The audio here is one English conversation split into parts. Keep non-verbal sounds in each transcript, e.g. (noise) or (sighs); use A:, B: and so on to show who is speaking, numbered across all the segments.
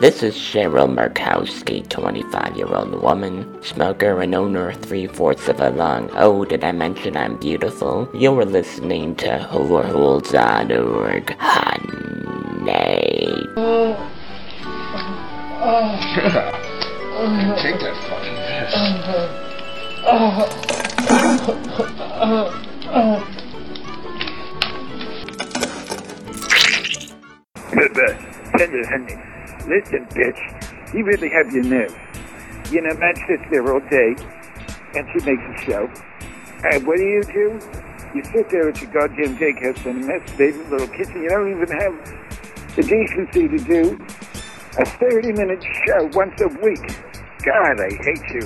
A: This is Cheryl Murkowski, 25 year old woman, smoker and owner of three fourths of a lung. Oh, did I mention I'm beautiful? You're listening to horrorholes.org. Honey.
B: (laughs) Take that fucking piss.
C: Tender Henry, listen, bitch, you really have your nerve. You know, Matt sits there all day, and she makes a show. And what do you do? You sit there at your goddamn daycare center, masturbate in a little kitchen. You don't even have the decency to do a 30-minute show once a week. God, I hate you.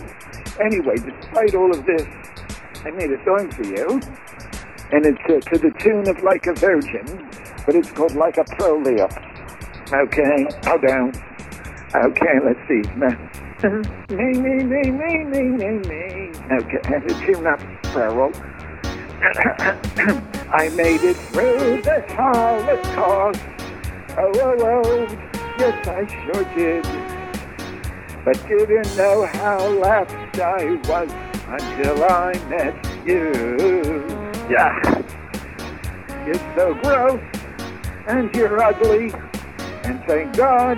C: Anyway, despite all of this, I made a song for you and it's uh, to the tune of Like a Virgin, but it's called Like a Prolapse. Okay, hold on. Okay, let's see. me, me, me, me, me, me, me. Okay, and the tune up feral. (coughs) I made it through the Holocaust. Oh, oh, oh, yes, I sure did. But didn't know how lapsed I was until I met you. Yeah. You're so gross, and you're ugly, and thank God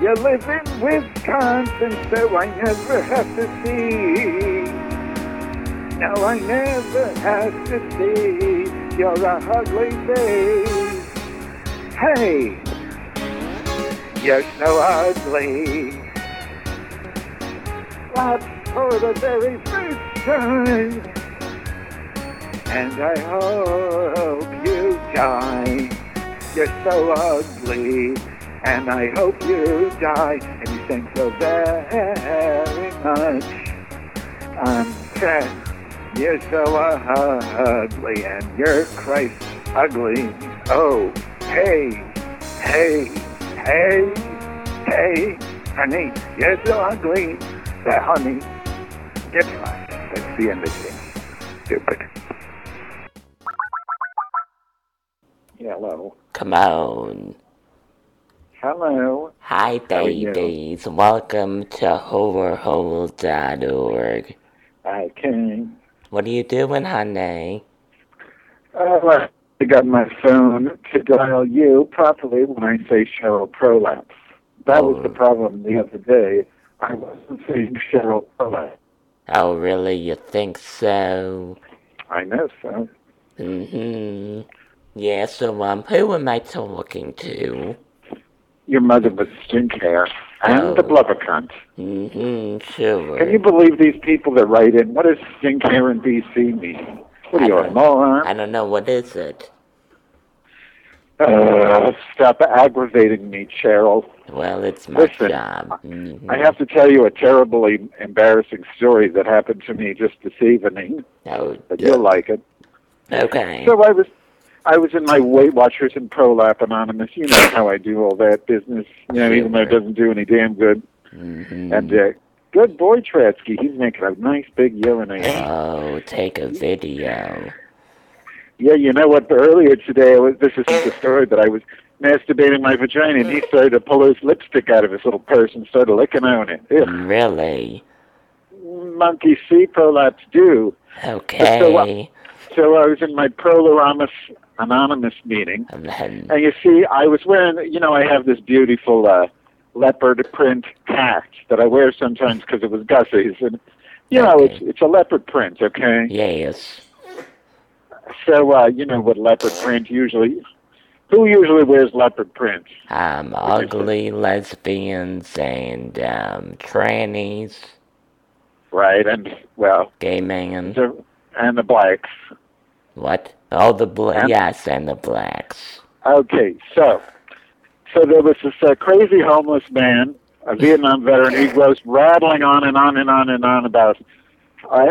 C: you live in Wisconsin, so I never have to see. No, I never have to see your ugly face. Hey, you're so ugly. Lots for the very first time. And I hope you die. You're so ugly. And I hope you die. And you sing so very much. I'm sad. You're so ugly. And you're Christ ugly. Oh, hey, hey, hey, hey. Honey, you're so ugly. Say, honey, get lost. That's the end of it. Stupid. Hello.
A: Come on.
C: Hello.
A: Hi,
C: are you?
A: babies. Welcome to horrorholes.org.
C: Okay.
A: What are you doing, honey?
C: Oh, I got my phone to dial you properly when I say Cheryl Prolapse. That was the problem the other day. I wasn't saying Cheryl Prolapse.
A: Oh, really? You think so?
C: I know, so.
A: Mm-hmm. Yeah, so, um, who am I talking to?
C: Your mother was skincare and
A: Oh.
C: the blubber cunt.
A: Mm-hmm, sure.
C: Can you believe these people that write in? What does skincare in BC mean? What are you, a
A: I
C: moron?
A: don't know, what is it?
C: Uh, stop aggravating me, Cheryl.
A: Well, it's my
C: Listen,
A: job. Mhm.
C: I have to tell you a terribly embarrassing story that happened to me just this evening,
A: Oh,
C: but you'll like it.
A: okay.
C: So I was, I was in my Weight Watchers and Prolap Anonymous. You know how I do all that business. You know, even though it doesn't do any damn good.
A: Mhm.
C: And uh, good boy Tratsky, he's making a nice big urinator.
A: Oh, take a video.
C: Yeah, you know what? Earlier today, I was, this isn't the story, but I was masturbating my vagina, and he started to pull his lipstick out of his little purse and started licking on it.
A: Mm.
C: Ugh.
A: Really?
C: Monkey see, prolapse do.
A: Okay.
C: So I was in my Prolaramus Anonymous meeting,
A: And Um, then-
C: and you see, I was wearing, you know, I have this beautiful uh, leopard print hat that I wear sometimes because it was Gussie's, and you know, it's it's a leopard print, okay?
A: yes.
C: So uh, you know what leopard print usually? Who usually wears leopard print?
A: Um, ugly lesbians and, um, trannies,
C: Right, and well,
A: gay men.
C: the, and the blacks.
A: What? Oh, the bla-
C: And-
A: yes, and the blacks.
C: Okay, so so there was this uh, crazy homeless man, a Vietnam veteran. He goes rattling on and on and on and on about uh,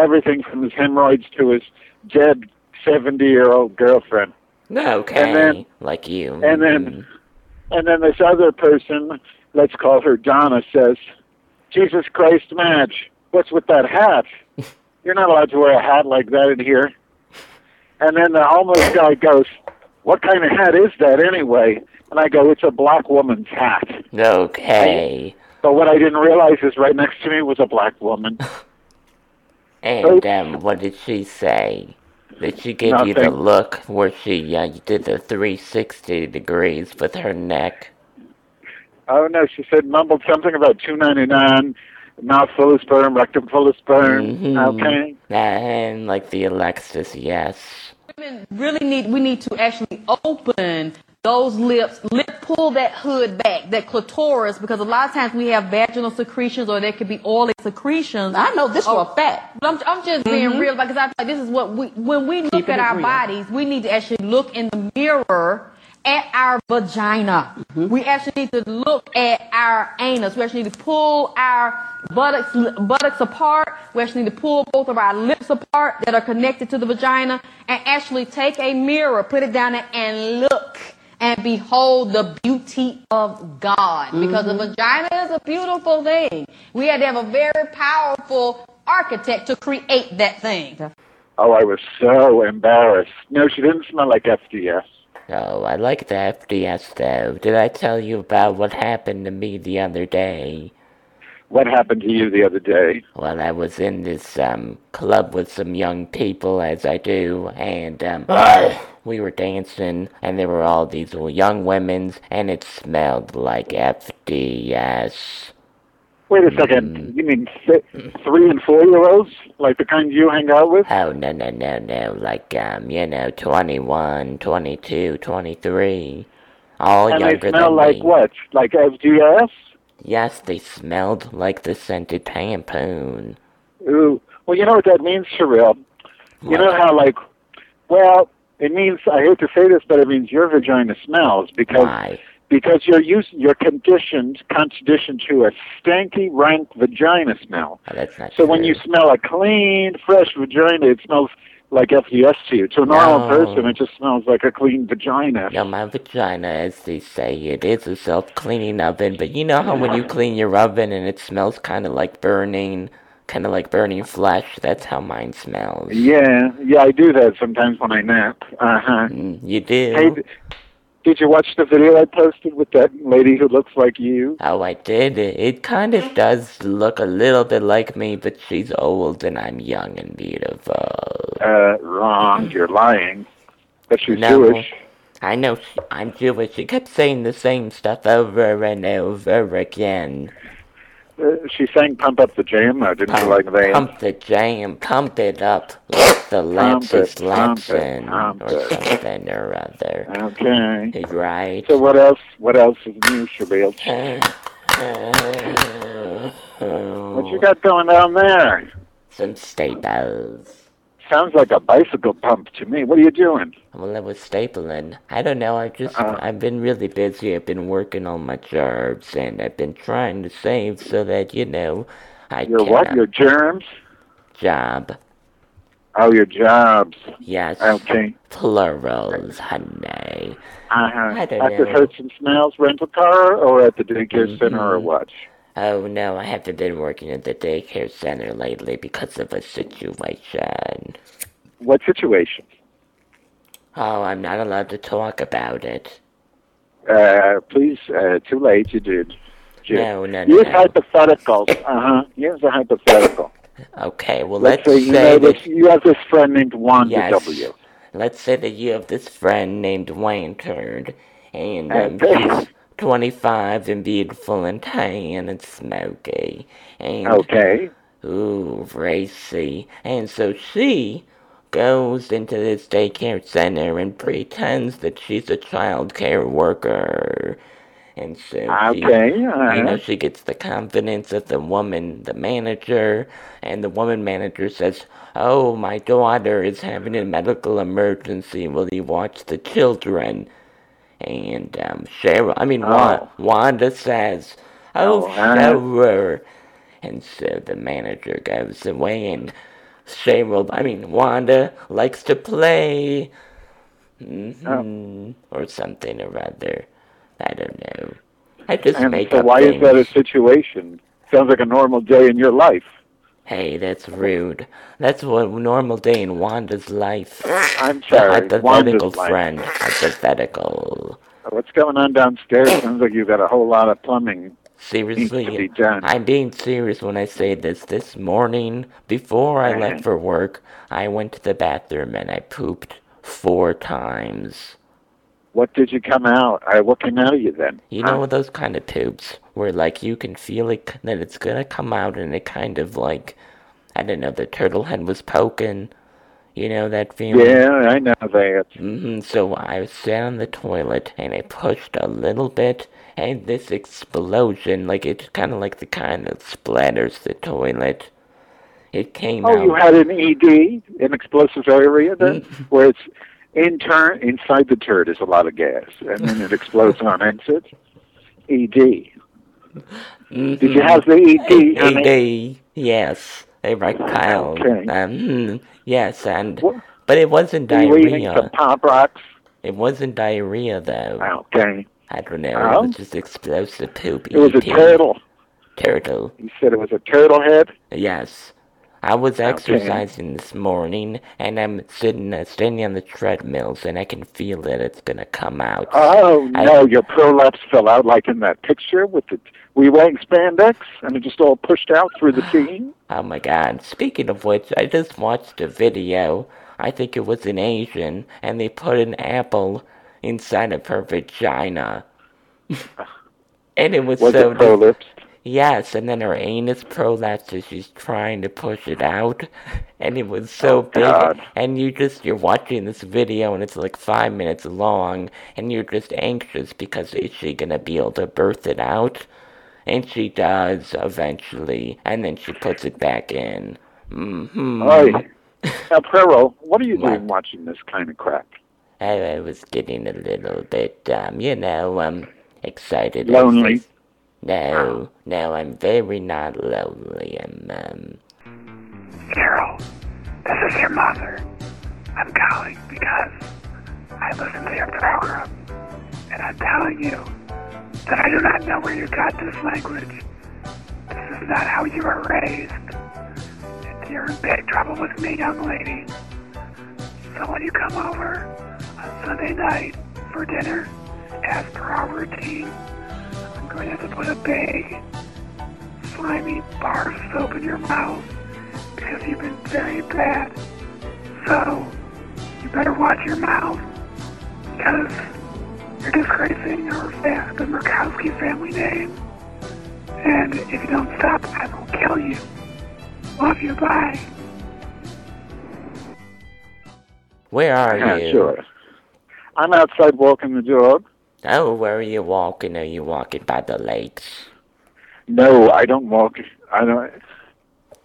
C: everything from his hemorrhoids to his dead seventy-year-old girlfriend.
A: Okay.
C: then-
A: like you.
C: and then- And then this other person, let's call her Donna, says, "Jesus Christ, Madge, what's with that hat? You're not allowed to wear a hat like that in here." And then the homeless guy goes, "What kind of hat is that anyway?" and I go, it's a black woman's hat.
A: Mm-hmm. Okay.
C: But what I didn't realize is right next to me was a black woman.
A: And um, what did she say? Did she give you the
C: Nothing.
A: look where she uh, did the 360 degrees with her neck?
C: I don't know. Oh, She said mumbled something about two ninety nine, mouth full of sperm, rectum full of sperm.
A: Mhm.
C: Okay.
A: And like the Alexis, yes.
B: women really need we need to actually open those lips lip pull that hood back that clitoris because a lot of times we have vaginal secretions or there could be oily secretions Oh,
D: I know this for a fact.
B: But I'm, I'm just being real because I feel like this is what we when we look
D: Keeping
B: at
D: it
B: our
D: real.
B: bodies we need to actually look in the mirror at our vagina we actually need to look at our anus we actually need to pull our buttocks buttocks apart we actually need to pull both of our lips apart that are connected to the vagina and actually take a mirror put it down there and look and behold the beauty of God. Because the vagina is a beautiful thing. We had to have a very powerful architect to create that thing.
C: Oh, I was so embarrassed. No, she didn't smell like FDS.
A: Oh, I like the FDS though. Did I tell you about what happened to me the other day?
C: What happened to you the other day?
A: Well, I was in this um club with some young people, as I do, and um (sniffs) we were dancing, and there were all these young women's, and it smelled like FDS.
C: Wait a second.
A: Hmm.
C: You mean th- three and four year olds, like the kind you hang out with?
A: Oh no no no no! Like um, you know, twenty-one, twenty-two, twenty-three, all
C: and they
A: younger
C: smell
A: than
C: like
A: me.
C: what? Like FDS?
A: Yes, they smelled like the scented tampon.
C: Ooh. Well, you know what that means, Sherrill? You know how, like, well, it means, I hate to say this, but it means your vagina smells because
A: Why?
C: because you're used, you're conditioned, conditioned to a stanky, rank vagina smell.
A: Oh, that's not
C: So when you
A: true.
C: smell a clean, fresh vagina, it smells like FDS to you. To a normal
A: No.
C: person, it just smells like a clean vagina.
A: Now, my vagina, as they say, it is a self cleaning oven, but you know how when you clean your oven and it smells kind of like burning, kind of like burning flesh? That's how mine smells.
C: Yeah, yeah, I do that sometimes when I nap. Uh huh.
A: Mm, You do?
C: Hey, d- did you watch the video I posted with that lady who looks like you?
A: Oh, I did. It, it kind of does look a little bit like me, but she's old and I'm young and beautiful.
C: Uh,
A: (laughs)
C: wrong. You're lying. But she's
A: No.
C: Jewish.
A: I know she, I'm Jewish. She kept saying the same stuff over and over again.
C: Uh, she sang "Pump Up the Jam." I didn't you like that.
A: Pump the jam, pump it up, let the
C: Pump it,
A: latches
C: pump it,
A: lapsin,
C: pump
A: or
C: it.
A: something or other.
C: Okay. (laughs)
A: Right?
C: So what else? What else is new, Shabir? What
A: Oh.
C: you got going down there?
A: Some staples.
C: Sounds like a bicycle pump to me. What are you doing?
A: Well, I was stapling. I don't know. I've just
C: Uh-huh.
A: I've been really busy. I've been working on my jobs, and I've been trying to save so that you know I
C: Your
A: can
C: what?
A: uh,
C: Your germs?
A: job.
C: Oh, your jobs.
A: Yes,
C: Okay.
A: plurals, honey.
C: Uh-huh.
A: I don't
C: At the
A: know. Mm-hmm.
C: Hertz and Smells rental car or at the daycare center or what?
A: Oh no, I haven't been working at the daycare center lately because of a situation.
C: What situation?
A: Oh, I'm not allowed to talk about it.
C: Uh, please, uh, too late. You did. Jim.
A: No, no, no.
C: Use
A: no.
C: hypotheticals. Uh-huh. Use a hypothetical.
A: Okay, well
C: Let's
A: let's,
C: say you know
A: say that
C: this. You have this friend named Wanda
A: Yes.
C: W.
A: Let's say that you have this friend named Wayne Turd, and um,
C: Okay.
A: she's 25 and beautiful and tan and smoky and
C: Okay.
A: ooh racy, and so she goes into this daycare center and pretends that she's a child care worker, and so she-
C: Okay. Uh-huh.
A: you know, she gets the confidence of the woman, the manager, and the woman manager says, Oh, my daughter is having a medical emergency. Will you watch the children? And um, Cheryl, I mean, Wa- Wanda says, Oh,
C: Oh, huh?
A: Cheryl. And so the manager goes away, and Cheryl, I mean, Wanda likes to play. hmm Or something or other. I don't know. I just
C: and
A: make
C: so
A: up
C: why
A: things.
C: is that a situation? Sounds like a normal day in
A: (sighs)
C: your life.
A: Hey, that's rude. That's what a normal day in Wanda's life.
C: I'm
A: The
C: sorry.
A: hypothetical
C: Wanda's life.
A: friend. Hypothetical.
C: What's going on downstairs? Sounds like you've got a whole lot of plumbing. Needs to be
A: Seriously,
C: done.
A: I'm being serious when I say this. This morning, before I left for work, I went to the bathroom and I pooped four times.
C: What did you come out? I, what came out of you then?
A: You
C: Huh?
A: know those kind of poops where like you can feel it that it's gonna come out and it kind of like I don't know the turtle head was poking. You know that feeling.
C: Yeah, I know that.
A: hmm So I sat on the toilet and I pushed a little bit, and this explosion, like it's kind of like the kind that splatters the toilet. It came
C: Oh,
A: out.
C: you had an ED, an explosive area, then,
A: Mm-hmm.
C: where it's in turn inside the turd is a lot of gas, and then it
A: (laughs)
C: explodes on exit. ED.
A: Mm-hmm.
C: Did you have the E
A: E
C: ED? honey?
A: ED, yes, erectile.
C: Okay.
A: Um, yes, and
C: What-
A: but it wasn't
C: Were you eating some
A: diarrhea.
C: pop rocks?
A: It wasn't diarrhea though.
C: Okay.
A: I don't know.
C: Oh.
A: It was just explosive poop.
C: It was a
A: ET.
C: turtle.
A: Turtle.
C: You said it was a turtle head.
A: Yes. I was exercising this morning, and I'm sitting uh, standing on the treadmills, and I can feel that it's gonna come out.
C: Oh
A: I-
C: no, your prolapse fell out like in that picture with the. Were you wearing spandex and it just all pushed out through the seam?
A: oh my god! Speaking of which, I just watched a video. I think it was an Asian, and they put an apple inside of her vagina, (laughs) and it was,
C: Was
A: so
C: it prolapse?
A: Yes, and then her anus prolapsed as she's trying to push it out, (laughs) and it was so big.
C: Oh, God.
A: And you just you're watching this video, and it's like five minutes long, and you're just anxious because is she gonna be able to birth it out? And she does eventually, and then she puts it back in. Mm-hmm.
C: Oi. Now, Peril, what are you
A: What?
C: doing watching this kind of crap?
A: I, I was getting a little bit, um, you know, um, excited. as
C: Lonely.
A: this- No, no, I'm very not lonely. I'm, um.
D: Carol, this is your mother. I'm calling because I listened to your program, and I'm telling you that I do not know where you got this language. This is not how you were raised. And you're in big trouble with me, young lady. So when you come over on Sunday night for dinner, as per our routine, I'm going to have to put a big, slimy bar of soap in your mouth because you've been very bad. So, you better watch your mouth, because you're disgracing our fa- the Murkowski family name. And if you don't stop, I will kill you. Love you, bye.
A: Where are you?
C: sure. I'm outside walking the dog.
A: Oh, where are you walking? Are you walking by the lakes?
C: No, I don't walk. I don't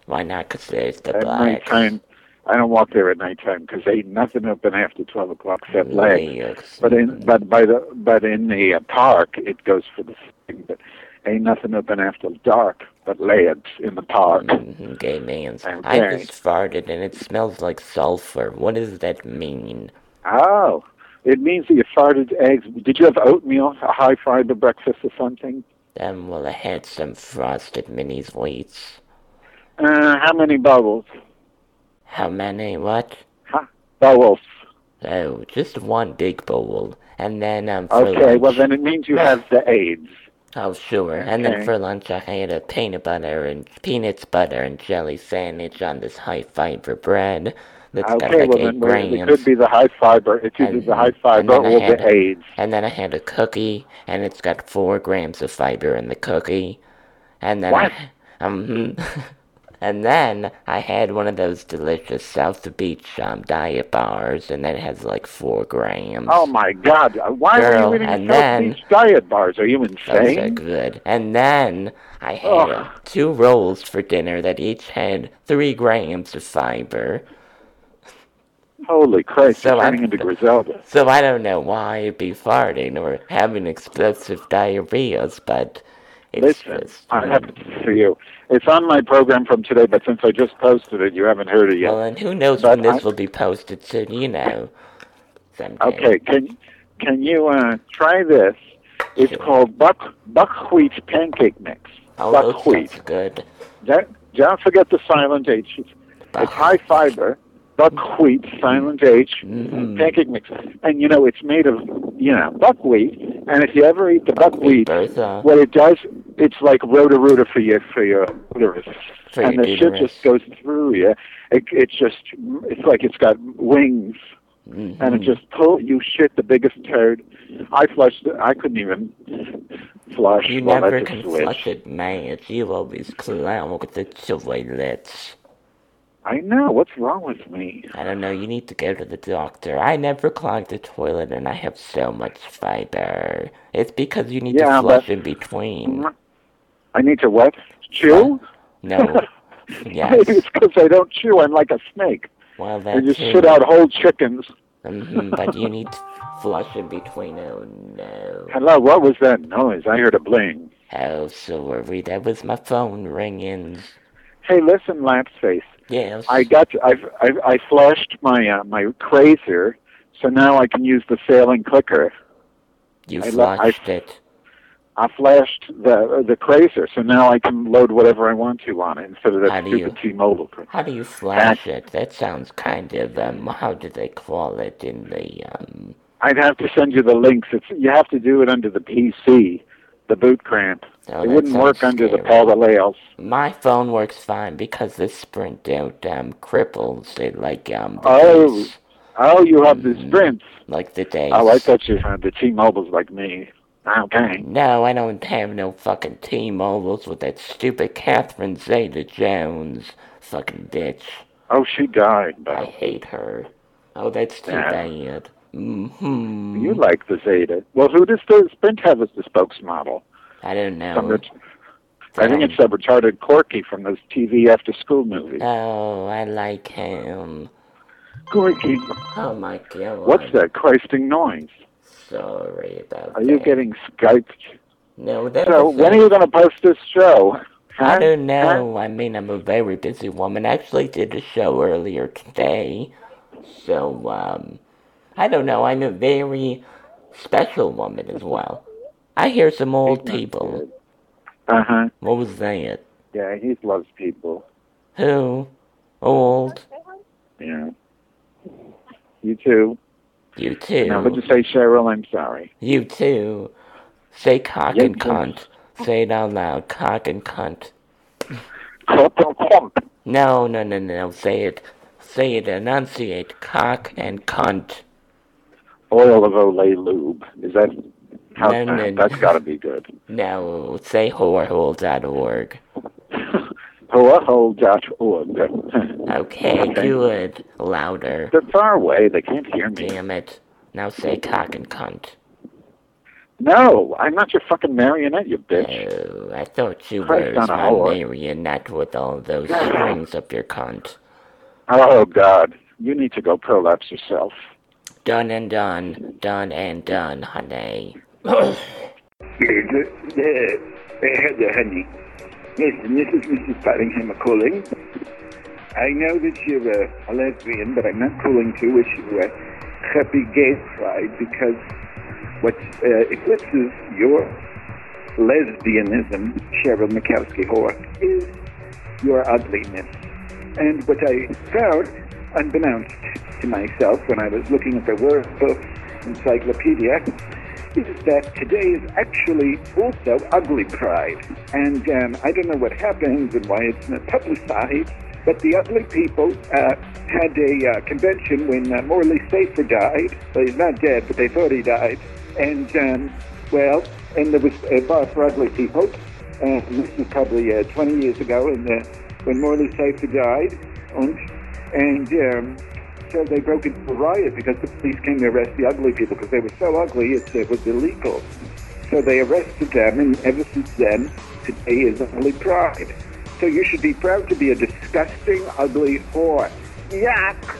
A: Why not? 'Cause there's the
C: at
A: blacks.
C: nighttime. I don't walk there at nighttime because ain't nothing open after twelve o'clock except legs.
A: Lakes.
C: But in but by the but in the uh, park it goes for the thing. But ain't nothing open after dark but legs in the park.
A: Mhm, Gay man's. I
C: Okay.
A: just farted and it smells like sulfur. What does that mean?
C: Oh, it means that you farted eggs. Did you have oatmeal, a high fiber breakfast or something?
A: Um, well, I had some frosted minis wheats.
C: Uh, how many bubbles?
A: How many? What?
C: Huh? Bubbles.
A: Oh, just one big bowl. And then, um, for
C: Okay,
A: lunch.
C: well then it means you have the AIDS.
A: Oh, sure. And then
C: Okay.
A: for lunch, I had a peanut butter and peanuts butter and jelly sandwich on this high fiber bread that's got
C: Okay,
A: like
C: well
A: eight
C: then wait, it
A: grams.
C: could be the high fiber. It's either
A: And-
C: the high
A: and
C: fiber
A: then I
C: or
A: had
C: the AIDS.
A: And then I had a cookie, and it's got four grams of fiber in the cookie. And then
C: What?
A: I, (laughs) um, (laughs) and then I had one of those delicious South Beach um, diet bars, and that has like four grams.
C: Oh my God! Why
A: Girl,
C: were you eating
A: and
C: South
A: then-
C: Beach diet bars? Are you
A: Those are
C: insane?
A: good. And then I had
C: Ugh.
A: uh, two rolls for dinner that each had three grams of fiber.
C: Holy Christ!
A: So
C: you're
A: I'm-
C: turning into Griselda.
A: So I don't know why I'd be farting or having explosive diarrheas, but it's
C: Listen,
A: just.
C: I have it for you. It's on my program from today, but since I just posted it, you haven't heard it yet.
A: Well, and who knows
C: But
A: when this
C: I-
A: will be posted soon, you know. Someday.
C: Okay, can can you uh, try this? It's
A: Sure.
C: called buck buckwheat pancake mix.
A: Oh, those
C: buckwheat.
A: sounds good.
C: That, don't forget the silent H. It's,
A: Buck-
C: it's high fiber. buckwheat, silent H, pancake mix. And you know, it's made of, you know, buckwheat. And if you ever eat the buckwheat,
A: Bertha.
C: what it does, it's like rotaruda for your for your uterus,
A: For
C: and
A: your
C: the shit
A: uterus.
C: just goes through you. It, it just, it's like it's got wings,
A: Mm-hmm.
C: and it just pull you shit the biggest turd. I flushed. it. I couldn't even flush.
A: You
C: well,
A: never
C: that's
A: can
C: a switch.
A: flush it, man. You always clown with the toilets.
C: I know. What's wrong with me?
A: I don't know, you need to go to the doctor. I never clog the toilet and I have so much fiber. It's because you need
C: Yeah,
A: to flush
C: but-
A: in
C: (laughs)
A: between.
C: I need to what? Chew? (laughs)
A: No.
C: Maybe
A: yes.
C: it's because I don't chew. I'm like a snake.
A: Well,
C: I
A: that's
C: just shit out whole chickens.
A: hmm but you need to flush in between. Oh, no.
C: Hello, what was that noise? I heard a bling.
A: Oh, sorry. That was my phone ringing.
C: Hey, listen, lapface.
A: Yes.
C: I got. To, I've, I've I flushed my uh, my crazer, so now I can use the sailing clicker.
A: you
C: I lo- I-
A: flushed it.
C: I flashed the uh, the crazer, so now I can load whatever I want to on it instead of
A: How
C: that
A: do
C: stupid T-Mobile. cr-
A: How do you flash it? That sounds kind of, um, how do they call it in the, um,
C: I'd have to send you the links. It's you have to do it under the PC, the boot cramp.
A: Oh,
C: it
A: that
C: wouldn't work
A: sounds
C: under the
A: scary.
C: parallels.
A: My phone works fine because this sprint out um cripples it like um the
C: Oh.
A: days-
C: Oh, you have the
A: Mm.
C: sprints.
A: like the days.
C: Oh, I thought you had the T-Mobiles like me. Oh, Okay.
A: No, I don't have no fucking team ovals with that stupid Catherine Zeta Jones. Fucking bitch.
C: Oh, she died,
A: I
C: though.
A: hate her. Oh that's too
C: Yeah.
A: bad. Mm-hmm.
C: You like the Zeta. Well, who does the Sprint have as the spokesmodel?
A: I don't
C: Some
A: know.
C: ret- I think it's that retarded Corky from those TV after school movies.
A: Oh, I like him.
C: Corky,
A: Oh my god.
C: what's that Christing noise?
A: Sorry about
C: Are you
A: that.
C: getting Skyped?
A: No, that
C: So,
A: was
C: when
A: a-
C: are you going to post this show?
A: I
C: Huh?
A: don't know. I mean, I'm a very busy woman. I actually did a show earlier today. So, um, I don't know. I'm a very special woman as well. I hear some old people.
C: Uh huh.
A: What was that?
C: Yeah, he loves people.
A: Who? Old?
C: Yeah. You too.
A: You
C: No, but
A: too.
C: just say Cheryl, I'm sorry. (laughs)
A: You too. Say cock
C: Yeah,
A: and
C: yes.
A: cunt. Say it out loud. Cock and cunt.
C: Cork-a-cork.
A: No, no, no, no. no. Say it. Say it. Enunciate. Cock and cunt.
C: Oil of Olay lube. Is that how
A: No, no, no.
C: that's got to be good?
A: No, say whorehole.org. (laughs)
C: Hoahol.org.
A: Okay,
C: Okay.
A: good. Louder.
C: They're far away. They can't hear me.
A: Damn it. Now say cock and cunt.
C: No, I'm not your fucking marionette, you bitch.
A: Oh, I thought you
C: Christ
A: were
C: on a
A: my
C: whore.
A: marionette with all those strings up your cunt.
C: Oh God, you need to go prolapse yourself.
A: Done and done. Done and done, honey.
C: Yes,
D: Hello, honey.
C: and this is Mrs. Buddingham calling.
D: I know that you're a, a lesbian, but I'm not calling to wish you a happy gay pride because what uh, eclipses your lesbianism, Cheryl Mikowski Hawk, is your ugliness. And what I found, unbeknownst to myself when I was looking at the Word Book Encyclopedia, is that today is actually also Ugly Pride. And um, I don't know what happens and why it's not publicized, but the ugly people uh, had a uh, convention when uh, Morley Safer died. Well, he's not dead, but they thought he died. And, um, well, and there was a bar for ugly people. And this is probably uh, 20 years ago, and uh, when Morley Safer died, and, and um, so they broke into a riot because the police came to arrest the ugly people because they were so ugly it, it was illegal. So they arrested them, and ever since then, today is ugly pride. So you should be proud to be a disgusting, ugly whore. Yuck!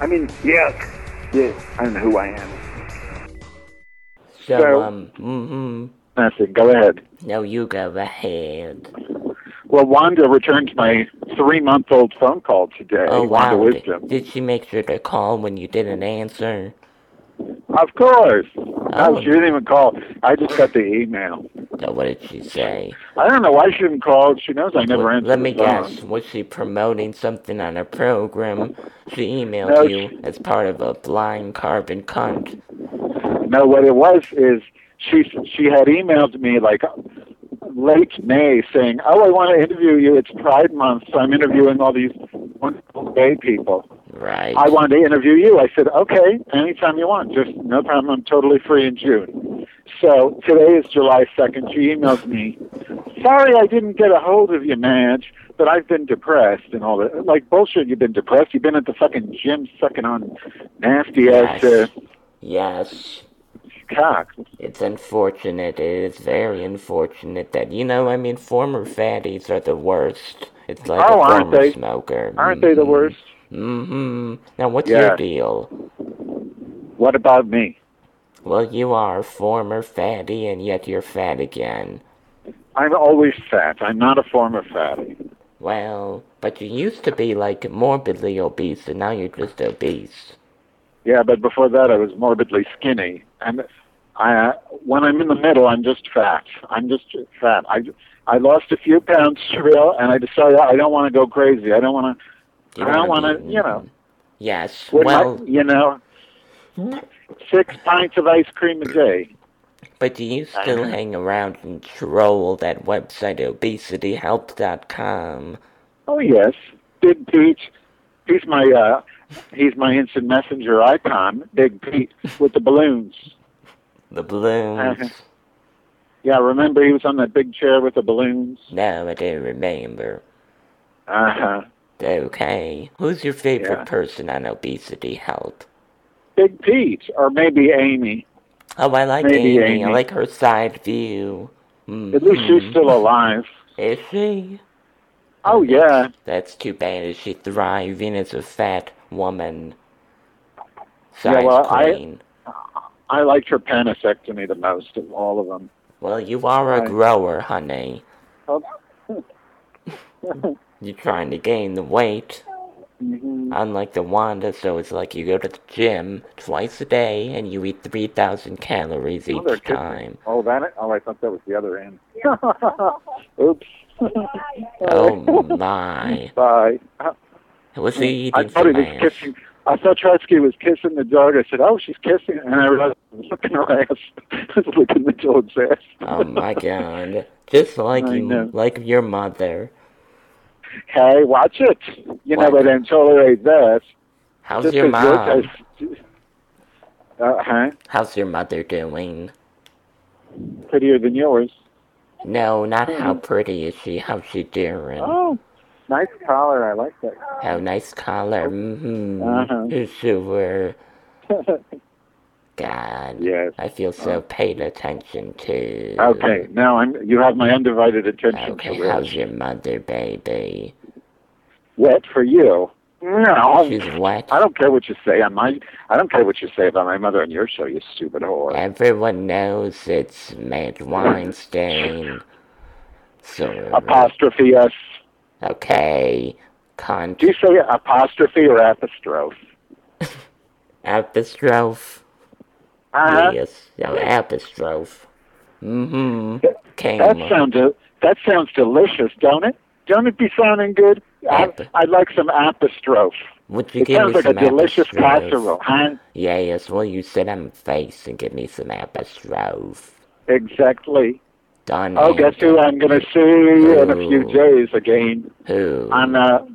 D: I mean, yuck. Yeah, I don't know who I am.
A: So,
C: So-
A: um, mm-hmm.
C: Nothing. Go ahead.
A: No, you go ahead.
C: Well, Wanda returned my three-month-old phone call today.
A: Oh,
C: Wanda
A: wow.
C: Wisdom.
A: Did, did she make sure to call when you didn't answer?
C: Of course.
A: Oh.
C: No, she didn't even call. I just got the email.
A: So what did she say?
C: I don't know why she didn't call. She knows I never answer.
A: Let me
C: the phone.
A: guess. Was she promoting something on her program? She emailed
C: No,
A: you
C: she-
A: as part of a blind carbon cunt.
C: No, what it was is she she had emailed me like late May saying, "Oh, I want to interview you. It's Pride Month, so I'm interviewing all these wonderful gay people.
A: Right.
C: I wanted to interview you." I said, "Okay, anytime you want. Just no problem. I'm totally free in June." So today is July 2nd. She emails me, "Sorry, I didn't get a hold of you, Madge, but I've been depressed and all that. Like bullshit. You've been depressed. You've been at the fucking gym sucking on nasty ass uh,
A: yes. Yes.
C: cock."
A: It's unfortunate. It is very unfortunate that you know. I mean, former fatties are the worst. It's like
C: Oh,
A: a former
C: aren't they?
A: smoker.
C: Aren't they the
A: Mm.
C: worst?
A: Mm-hmm. Now, what's
C: Yeah.
A: your deal?
C: What about me?
A: Well, you are a former fatty, and yet you're fat again.
C: I'm always fat. I'm not a former fatty.
A: Well, but you used to be like morbidly obese, and now you're just obese.
C: Yeah, but before that, I was morbidly skinny. And I, uh, when I'm in the middle, I'm just fat. I'm just fat. I, I lost a few pounds, (laughs) Sherelle, and I decided I don't want to go crazy. I don't want to.
A: You
C: I don't want
A: wanna
C: to.
A: be-
C: You know.
A: Yes.
C: when I-
A: well,
C: you know. Six pints of ice cream a day.
A: but do you still hang around and troll that website obesityhelp.com?
C: Oh yes, Big Pete. He's my uh, he's my instant messenger icon, Big Pete, with the balloons.
A: The balloons.
C: Uh-huh. Yeah, remember he was on that big chair with the balloons?
A: No, I do remember.
C: Uh huh.
A: Okay. Who's your favorite
C: Yeah.
A: person on Obesity Help?
C: Big Pete, or maybe Amy.
A: Oh, I like
C: Maybe
A: Amy. I
C: Amy.
A: like her side view. Mm.
C: At least she's still alive.
A: Is she?
C: Oh yeah.
A: That's too bad. Is she thriving as a fat woman?
C: Yeah,
A: Size
C: well, I-
A: queen.
C: I liked her panisectomy the most of all of them.
A: Well, you are a
C: I-
A: grower, honey.
C: Oh,
A: You're trying to gain the weight,
C: mhm.
A: unlike the Wanda, so it's like you go to the gym twice a day and you eat 3,000 calories
C: Oh, they're
A: each
C: kissing.
A: time.
C: Oh, that. Oh, I thought that was the other end. (laughs) Oops.
A: Oh my.
C: Bye.
A: Was he
C: I
A: eating
C: thought he
A: some
C: was
A: ass?
C: kissing. I thought Trotsky was kissing the dog. I said, "Oh, she's kissing," and I realized I was looking at her ass. (laughs) I was looking at the dog's ass.
A: Oh my god. Just like
C: I
A: you,
C: know.
A: like your mother.
C: (laughs) Hey, watch it. You
A: What?
C: never didn't tolerate that.
A: How's
C: Just
A: your
C: 'cause you're
A: mom?
C: just- Uh huh.
A: How's your mother doing?
C: Prettier than yours.
A: No, not how pretty is she, how's she doing?
C: Mm. Oh, nice collar. I like that.
A: How nice collar. Mm-hmm.
C: Uh-huh.
A: It's Sure.
C: (laughs)
A: God.
C: Yes. Uh-huh.
A: I feel so paid attention to.
C: Okay. Now I'm. You have my undivided attention.
A: Okay,
C: Sherelle.
A: how's your mother, baby?
C: Wet for you. No.
A: She's wet.
C: Oh, I don't care what you say on my. I don't care what you say about my mother on your show. You stupid whore.
A: Everyone knows it's Matt Weinstein.
C: (laughs)
A: So,
C: Apostrophe us.
A: okay. Cont
C: Do you say apostrophe or apostrophe?
A: apostrophe.
C: Uh-huh.
A: Yes, no, apostrophe. Mm-hmm.
C: That
A: Came.
C: sounds uh, that sounds delicious, don't it? Don't it be sounding good? I,
A: Ap-
C: I'd like some apostrophe.
A: Would you
C: It
A: give me
C: sounds like a
A: some
C: delicious
A: apostrophe?
C: casserole, huh?
A: Yeah, yes. Well, you sit on my face and give me some apostrophe.
C: Exactly.
A: Done.
C: Oh, guess who I'm going to see in a few
A: Ooh.
C: days again?
A: Who?
C: On uh,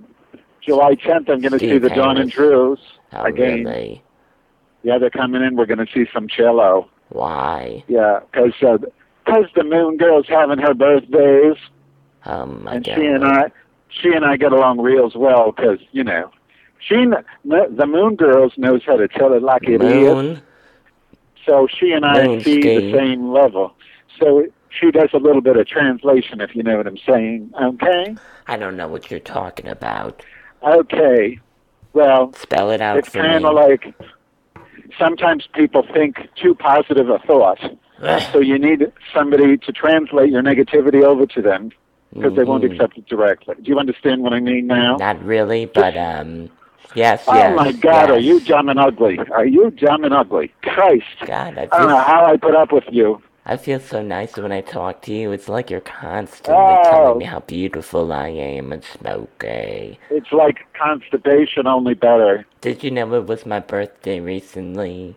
C: July 10th, I'm going to see
A: Oh. Steve
C: the Dawn
A: Harris.
C: and Drews
A: oh,
C: again.
A: really?
C: Yeah, they're coming in. We're going to see some cello.
A: Why?
C: Yeah, because the Moon Girl's having her birthdays,
A: Oh my
C: and
A: god.
C: she and I, she and I get along real as well. Because you know, she kn- the Moon Girls knows how to tell it like it is.
A: Moon.
C: So she and I
A: Moon
C: see the
A: ski.
C: same level. So she does a little bit of translation, if you know what I'm saying. Okay?
A: I don't know what you're talking about.
C: Okay. Well,
A: Spell it out
C: it's
A: for
C: kind
A: me. (sighs)
C: of like sometimes people think too positive a thought.
A: Ah.
C: So you need somebody to translate your negativity over to them because they won't
A: Mhm.
C: accept it directly. Do you understand what I mean now?
A: Not really, but um, Yes,
C: Oh
A: yes.
C: my God, are
A: yes.
C: you dumb and ugly? Are you dumb and ugly? Christ.
A: God, I
C: I don't know
A: feel,
C: how I put up with you.
A: I feel so nice when I talk to you. It's like you're constantly
C: Oh.
A: telling me how beautiful I am and smoky.
C: It's like constipation, only better.
A: Did you know it was my birthday recently?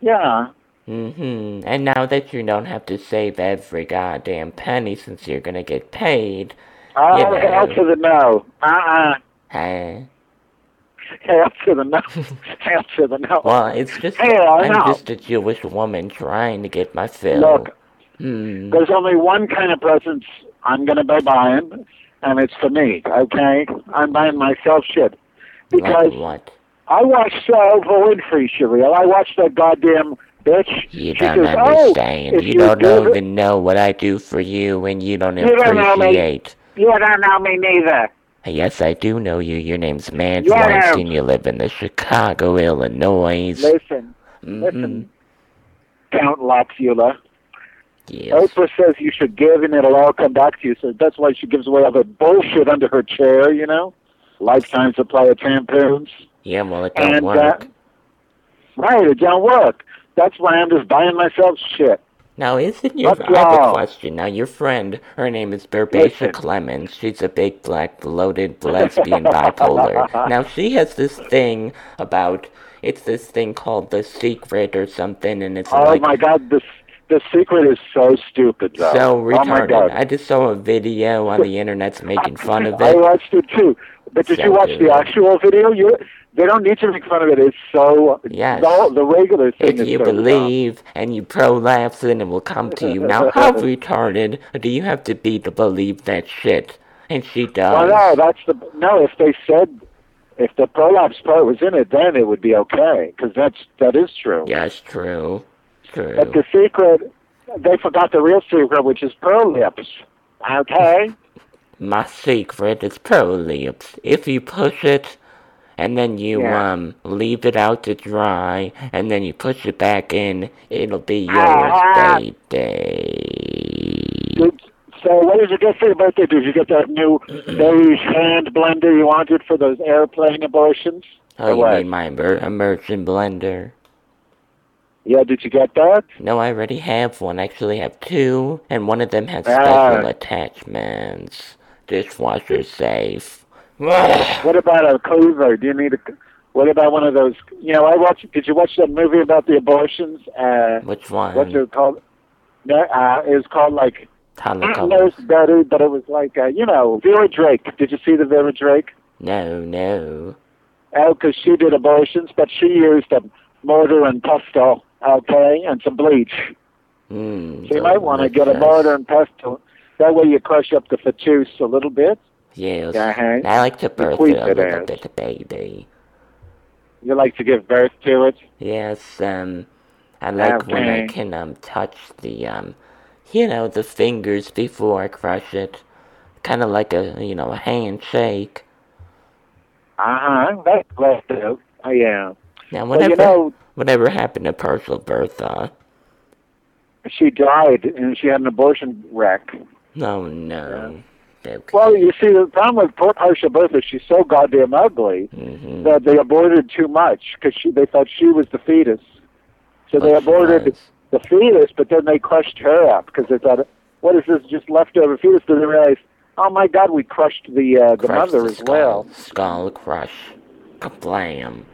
C: Yeah.
A: Mm-hmm. And now that you don't have to save every goddamn penny since you're gonna get paid,
C: Uh,
A: Yeah.
C: Hell to the no. Uh-uh.
A: huh?
C: Hell to the no.
A: (laughs)
C: hell to the no.
A: Well, it's just
C: Hey, I
A: I'm
C: know.
A: just a Jewish woman trying to get my fill.
C: Look,
A: Hmm.
C: there's only one kind of presents I'm going to be buying, and it's for me, okay? I'm buying myself shit.
A: Like
C: Because
A: what?
C: I watched uh, Oprah Winfrey, Sheryl. I watched that goddamn bitch.
A: You
C: she
A: don't
C: goes,
A: understand.
C: Oh, if
A: you don't
C: give it-
A: even know what I do for you, and you don't
C: You don't know me.
A: appreciate.
C: You don't know
A: (laughs)
C: me neither.
A: Yes, I do know you. Your name's Mance
C: Yeah.
A: Weinstein. You live in the Chicago, Illinois.
C: Listen,
A: Mhm.
C: listen, Count Lopula.
A: Yes.
C: Oprah says you should give and it'll all come back to you. So that's why she gives away all the bullshit under her chair, you know? Lifetime supply of tampons.
A: Yeah, well, it don't
C: and,
A: work.
C: Uh, right, it don't work. That's why I'm just buying myself shit.
A: Now, isn't your
C: What's
A: I have a
C: wrong?
A: question? Now, your friend, her name is Berbacia
C: Listen.
A: Clemens. She's a big, black, bloated lesbian
C: (laughs)
A: bipolar. Now, she has this thing about it's this thing called the secret or something, and it's
C: Oh
A: like
C: my god, this the secret is so stupid though.
A: so
C: oh my
A: retarded.
C: god.
A: I just saw a video on the internet's making fun of
C: (laughs) I
A: it.
C: watched it too. But did
A: So
C: you watch
A: good.
C: the actual video? You they don't need to make fun of it. It's so
A: Yes.
C: the, the regular thing
A: If
C: is
A: you
C: so dumb.
A: believe and you prolapse, then it will come to you. Now,
C: (laughs)
A: how retarded do you have to be to believe that shit? And she
C: Well,
A: does.
C: no, that's the no. If they said if the prolapse part was in it, then it would be okay because that's that is true.
A: Yes, true. True.
C: But the secret, they forgot the real secret, which is prolapse.
A: (laughs)
C: Okay,
A: My secret is prolapse. If you push it and then you
C: Yeah.
A: um leave it out to dry and then you push it back in, it'll be yours,
C: Ah.
A: baby.
C: Did- so what did you get for your birthday? Did you get
A: (clears throat)
C: that new beige hand blender you wanted for those airplane abortions?
A: Oh,
C: Or
A: you
C: what?
A: mean my emer- immersion blender?
C: Yeah, did you get that?
A: No, I already have one. I actually have two, and one of them has
C: Ah.
A: special attachments. Dishwasher safe. (sighs) Ugh.
C: What about a cleaver? Do you need a? What about one of those? You know, I watched. Did you watch that movie about the abortions? Uh,
A: Which one?
C: what's it called? No, uh, it was called like
A: Telecolors.
C: Atlas Betty, but it was like uh, you know Vera Drake. Did you see the Vera Drake?
A: No, no.
C: Oh, 'cause she did abortions, but she used a mortar and pestle, okay, and some bleach.
A: Mm,
C: So you might want to get a
A: delicious.
C: mortar and pestle. That way you crush up the fetus a little bit.
A: Yes.
C: Uh-huh.
A: I like to birth
C: queen
A: it a
C: that
A: little
C: is.
A: bit, baby.
C: You like to give birth to it.
A: Yes, um, I
C: Ah,
A: like when I
C: Okay.
A: can, um, touch the, um, you know, the fingers before I crush it. Kind of like a, you know, a handshake.
C: Uh huh. That's what I do. Oh, yeah.
A: Now,
C: Well,
A: whatever,
C: you know,
A: whatever happened to uh, Parcel Bertha?
C: she died and she had an abortion wreck.
A: Oh, no. Okay.
C: Well, you see, the problem with poor Parsha Bertha, she's so goddamn ugly.
A: hmm
C: that they aborted too much because they thought she was the fetus. So they aborted the fetus, but then they crushed her up because they thought, "What is this? Just leftover fetus?" But they realized, "Oh my God, we crushed the uh, the mother as
A: skull,
C: well."
A: Skull crush. Kablam.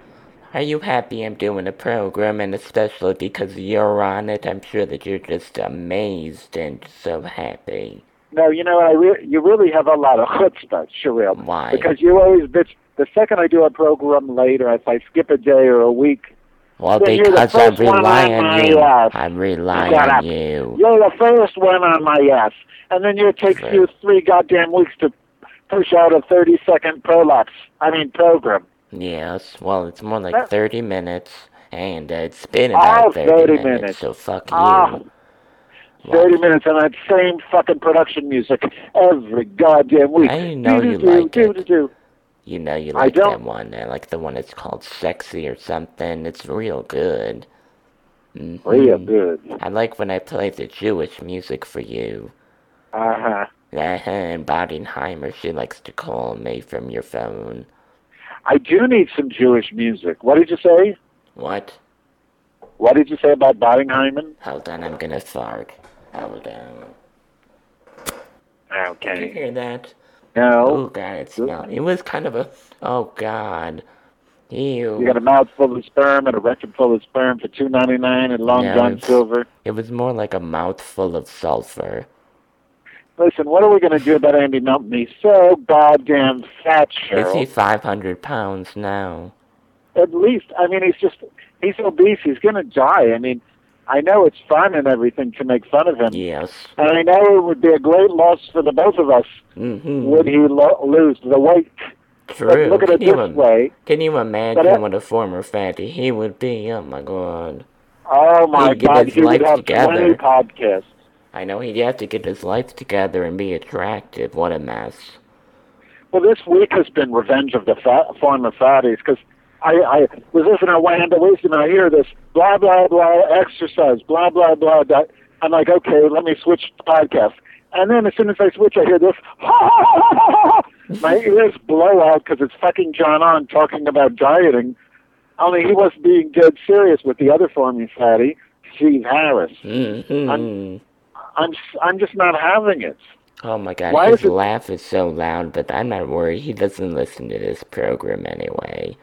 A: Are you happy I'm doing a program, and especially because you're on it? I'm sure that you're just amazed and so happy.
C: No, you know, I re- you really have a lot of chutzpah, Sherelle,
A: Why?
C: because you always bitch. The second I do a program later, if I skip a day or a week,
A: well,
C: then you're the
A: because I
C: first one
A: rely
C: on
A: on
C: my
A: you.
C: ass.
A: I rely
C: Shut
A: on
C: up.
A: you.
C: you're the first one on my ass, and then it takes
A: Right.
C: you three goddamn weeks to push out a thirty-second prolapse. I mean, program.
A: Yes, well, it's more like
C: Uh,
A: 30 minutes, and uh, it's been about
C: Oh,
A: 30,
C: 30
A: minutes,
C: minutes.
A: so fuck
C: Ah,
A: you. Well,
C: 30 minutes on that same fucking production music every goddamn week.
A: I know you
C: Do-do-do,
A: like it.
C: do-do-do.
A: You know you
C: I
A: like
C: don't-
A: that one. I like the one that's called Sexy or something. It's real good. Mhm.
C: Real good. Uh
A: I like when I play the Jewish music for you.
C: huh.
A: Uh-huh, and Bodenheimer, she likes to call me from your phone.
C: I do need some Jewish music. What did you say?
A: What?
C: What did you say about Bodenheimen?
A: Hold on, I'm gonna fart. Hold on. Did you
C: Okay.
A: hear that? Oh
C: No.
A: god, it smelled. It was kind of a. Oh god. Ew.
C: You got a mouthful of sperm and a record full of sperm for two ninety nine and Long
A: Yeah,
C: John
A: it's-
C: Silver.
A: It was more like a mouthful of sulfur.
C: Listen, what are we going to do about Andy Melton? He's so goddamn fat, Cheryl.
A: Is he 500 pounds now?
C: At least, I mean, he's just, he's obese. He's going to die. I mean, I know it's fun and everything to make fun of him.
A: Yes.
C: And I know it would be a great loss for the both of us
A: Mm-hmm.
C: would he lo- lose the weight. But
A: True.
C: look at it
A: Can you
C: this
A: im-
C: way.
A: Can you imagine
C: But uh, I-
A: what a former fatty he would be? Oh my god.
C: Oh, my
A: He'd get
C: God,
A: his
C: he would
A: life
C: have
A: together.
C: 20 podcasts.
A: I know he'd have to get his life together and be attractive. What a mess.
C: Well, this week has been revenge of the fat, former fatties because I, I was listening to Wanda Wisdom and I hear this blah, blah, blah, exercise, blah, blah, blah. blah. I'm like, okay, let me switch podcast. And then as soon as I switch, I hear this. (laughs) My ears blow out because it's fucking John on talking about dieting. Only he was being dead serious with the other former fatty, Steve Harris.
A: hmm
C: I'm, s- I'm just not having it.
A: Oh my god,
C: Why
A: his
C: is it-
A: laugh is so loud, but I'm not worried. He doesn't listen to this program anyway.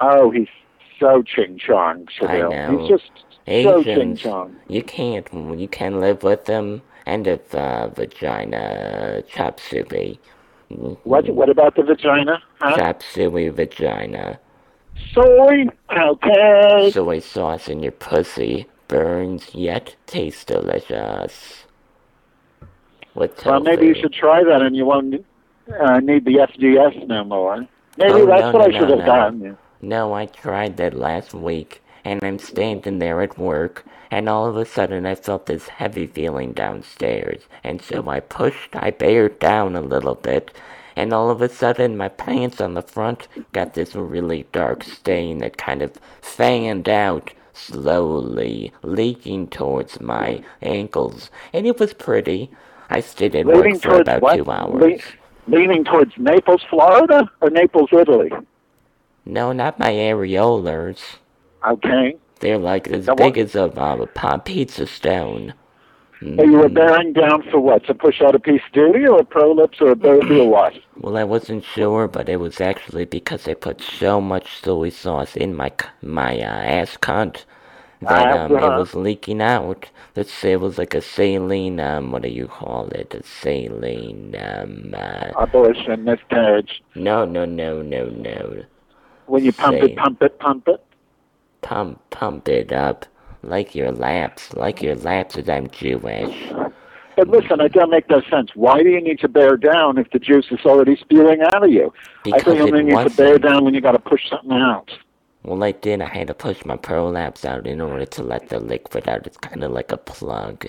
C: Oh, he's so ching chong,
A: I
C: Chevelle.
A: know.
C: He's just so ching
A: Asians,
C: chong.
A: you can't, you can live with them and a uh, vagina chop suey.
C: What, what about the vagina? Huh?
A: Chop suey vagina.
C: Soy? Okay.
A: Soy sauce in your pussy burns yet tastes delicious. With
C: Well, maybe you
A: tofu.
C: should try that and you won't uh, need the FDS no more. Maybe
A: Oh,
C: that's
A: no,
C: what I
A: no,
C: should
A: no, no.
C: have done.
A: No, I tried that last week, and I'm standing there at work, and all of a sudden I felt this heavy feeling downstairs, and so I pushed, I bared down a little bit, and all of a sudden my pants on the front got this really dark stain that kind of fanned out slowly, leaking towards my ankles, and it was pretty. I stayed at
C: Leaning
A: work for
C: towards
A: about
C: what?
A: two hours.
C: Le- leaning towards Naples, Florida or Naples, Italy?
A: No, not my areolars.
C: Okay.
A: They're like as
C: Now what-
A: big as a uh, pa- pizza stone.
C: So you
A: Mm.
C: were bearing down for what? To push out a piece duty or a prolapse or a baby
A: (clears throat)
C: or what?
A: Well, I wasn't sure, but it was actually because I put so much soy sauce in my c- my uh, ass cunt that
C: Ah,
A: um, it
C: uh-huh.
A: was leaking out. Let's say it was like a saline um, what do you call it? A saline um, uh,
C: Abortion, miscarriage.
A: no, no, no, no, no.
C: When you pump
A: Say.
C: it, pump it, pump it.
A: Pump, pump it up like your laps, like your laps. As I'm Jewish.
C: But listen, it doesn't make no sense. Why do you need to bear down if the juice is already spewing out of you? I
A: Because
C: think you
A: it
C: only need to
A: wasn't.
C: bear down when you got to push something out.
A: Well, I did. I had to push my prolapse out in order to let the liquid out. It's kind of like a plug.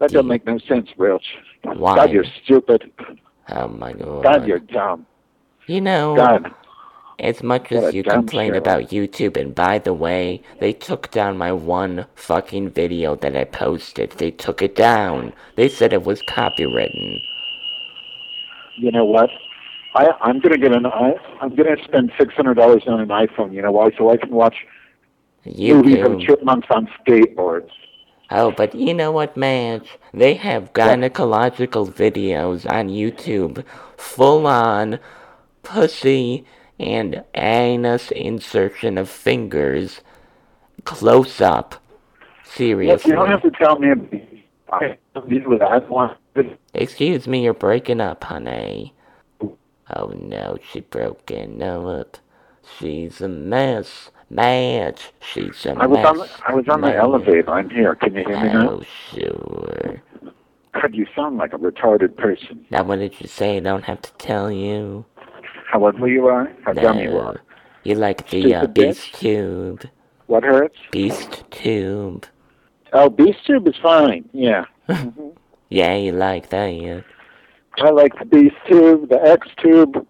C: That doesn't make no sense, Rich.
A: Why?
C: God, you're stupid.
A: Oh my god.
C: God, you're dumb.
A: You know,
C: God.
A: as much
C: What
A: as
C: a
A: you
C: dumb
A: complain
C: show.
A: about YouTube, and by the way, they took down my one fucking video that I posted. They took it down. They said it was copywritten.
C: You know what? I, I'm gonna get an. I, I'm gonna spend six hundred dollars on an iPhone. You know why? So I can watch movies of
A: YouTube.
C: chipmunks on skateboards.
A: Oh, but you know what, Madge? They have gynecological videos on YouTube, full on pussy and anus insertion of fingers, close up.
C: Look, you
A: Seriously.
C: don't have to tell me. about- I usually I don't want.
A: Excuse me, you're breaking up, honey. Oh no, she broken up. She's a mess. Madge, she's a
C: I was
A: mess.
C: on. the- I was on the
A: Madge.
C: elevator. I'm here. Can you hear me now?
A: Oh, sure.
C: God, you sound like a retarded person.
A: Now, what did you say? I don't have to tell you.
C: How ugly you are, how dumb you
A: No.
C: are.
A: You like the uh,
C: Stupid bitch.
A: Beast Tube.
C: What hurts?
A: Beast Tube.
C: Oh, Beast Tube is fine. Yeah.
A: Yeah, you like that, yeah.
C: I like the Beast Tube, the X Tube,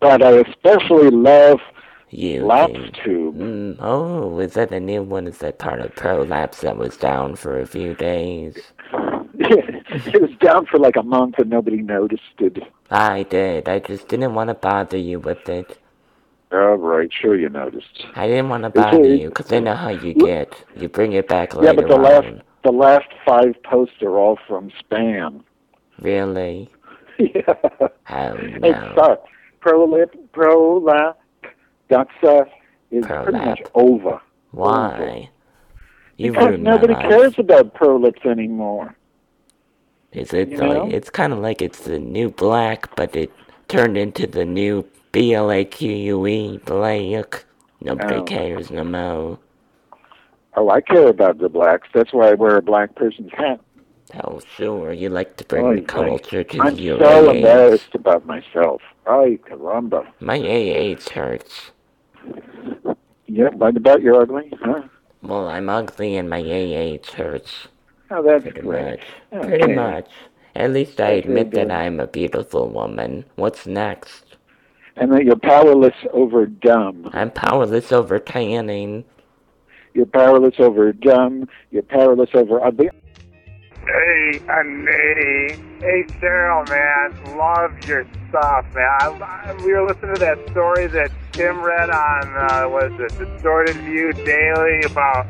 C: but I especially love
A: You.
C: Lapse
A: do.
C: Tube. (laughs)
A: Mm, oh, is that a new one? Is that part of Prolapse that was down for a few days?
C: it was down for like a month and nobody noticed it.
A: I did. I just didn't want to bother you with it.
C: All Oh, right, sure you noticed.
A: I didn't want to bother
C: it-
A: you because I know how you get. You bring it back later
C: yeah, but the
A: on.
C: last the last five posts are all from spam. (laughs)
A: Really?
C: yeah,
A: Oh
C: it
A: no.
C: sucks. Prolip, prolap, doxa is pretty
A: Prolap.
C: much over.
A: Why? You
C: Because
A: ruined my
C: Oh, nobody
A: life.
C: cares about prolips anymore.
A: Is it
C: you
A: like
C: know?
A: it's kind of like it's the new black, but it turned into the new B L A Q U E black. Nobody
C: Oh.
A: cares no more.
C: Oh, I care about the blacks. That's why I wear a black person's hat.
A: Oh sure, you like to bring
C: Oh,
A: the E.
C: thanks.
A: culture to
C: I'm
A: your
C: so
A: AA.
C: embarrassed about myself. Ay, caramba.
A: My AH hurts.
C: Yeah, but about you're ugly, huh?
A: Well, I'm ugly and my AH hurts.
C: Oh, that's
A: Pretty
C: great.
A: much.
C: Oh, Okay.
A: Pretty much. At least I
C: That's very
A: admit that
C: good.
A: I'm a beautiful woman. What's next?
C: And that you're powerless over dumb.
A: I'm powerless over tanning.
C: You're powerless over dumb. You're powerless over ugly.
E: Hey, I'm me. Hey, Cheryl, man. Love your stuff, man. I, I, we were listening to that story that Tim read on, uh, was it Distorted View Daily about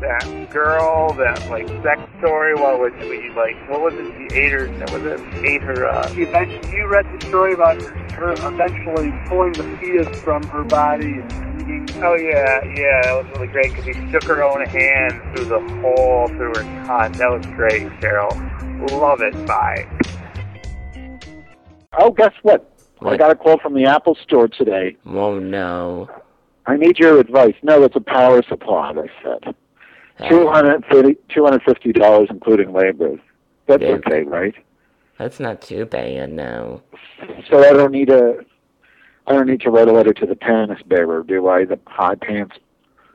E: that girl, that, like, sex story. What was she, like, what was it? She ate her, what was it? She ate her, uh,
F: You mentioned you read the story about her eventually pulling the fetus from her body and eating
E: Oh yeah, yeah, that was really great because he shook her own hand through the hole through her cunt. That was great, Cheryl. Love it. Bye.
C: Oh, guess what? I
A: What?
C: got a call from the Apple store today.
A: Oh no.
C: I need your advice. No, it's a power supply, they said. Two
A: Uh,
C: hundred thirty, two hundred fifty dollars including labor. That's
A: Yeah.
C: okay, right?
A: That's not too bad, no.
C: So I don't need a, I don't need to write a letter to the penis bearer, do I? The high pants.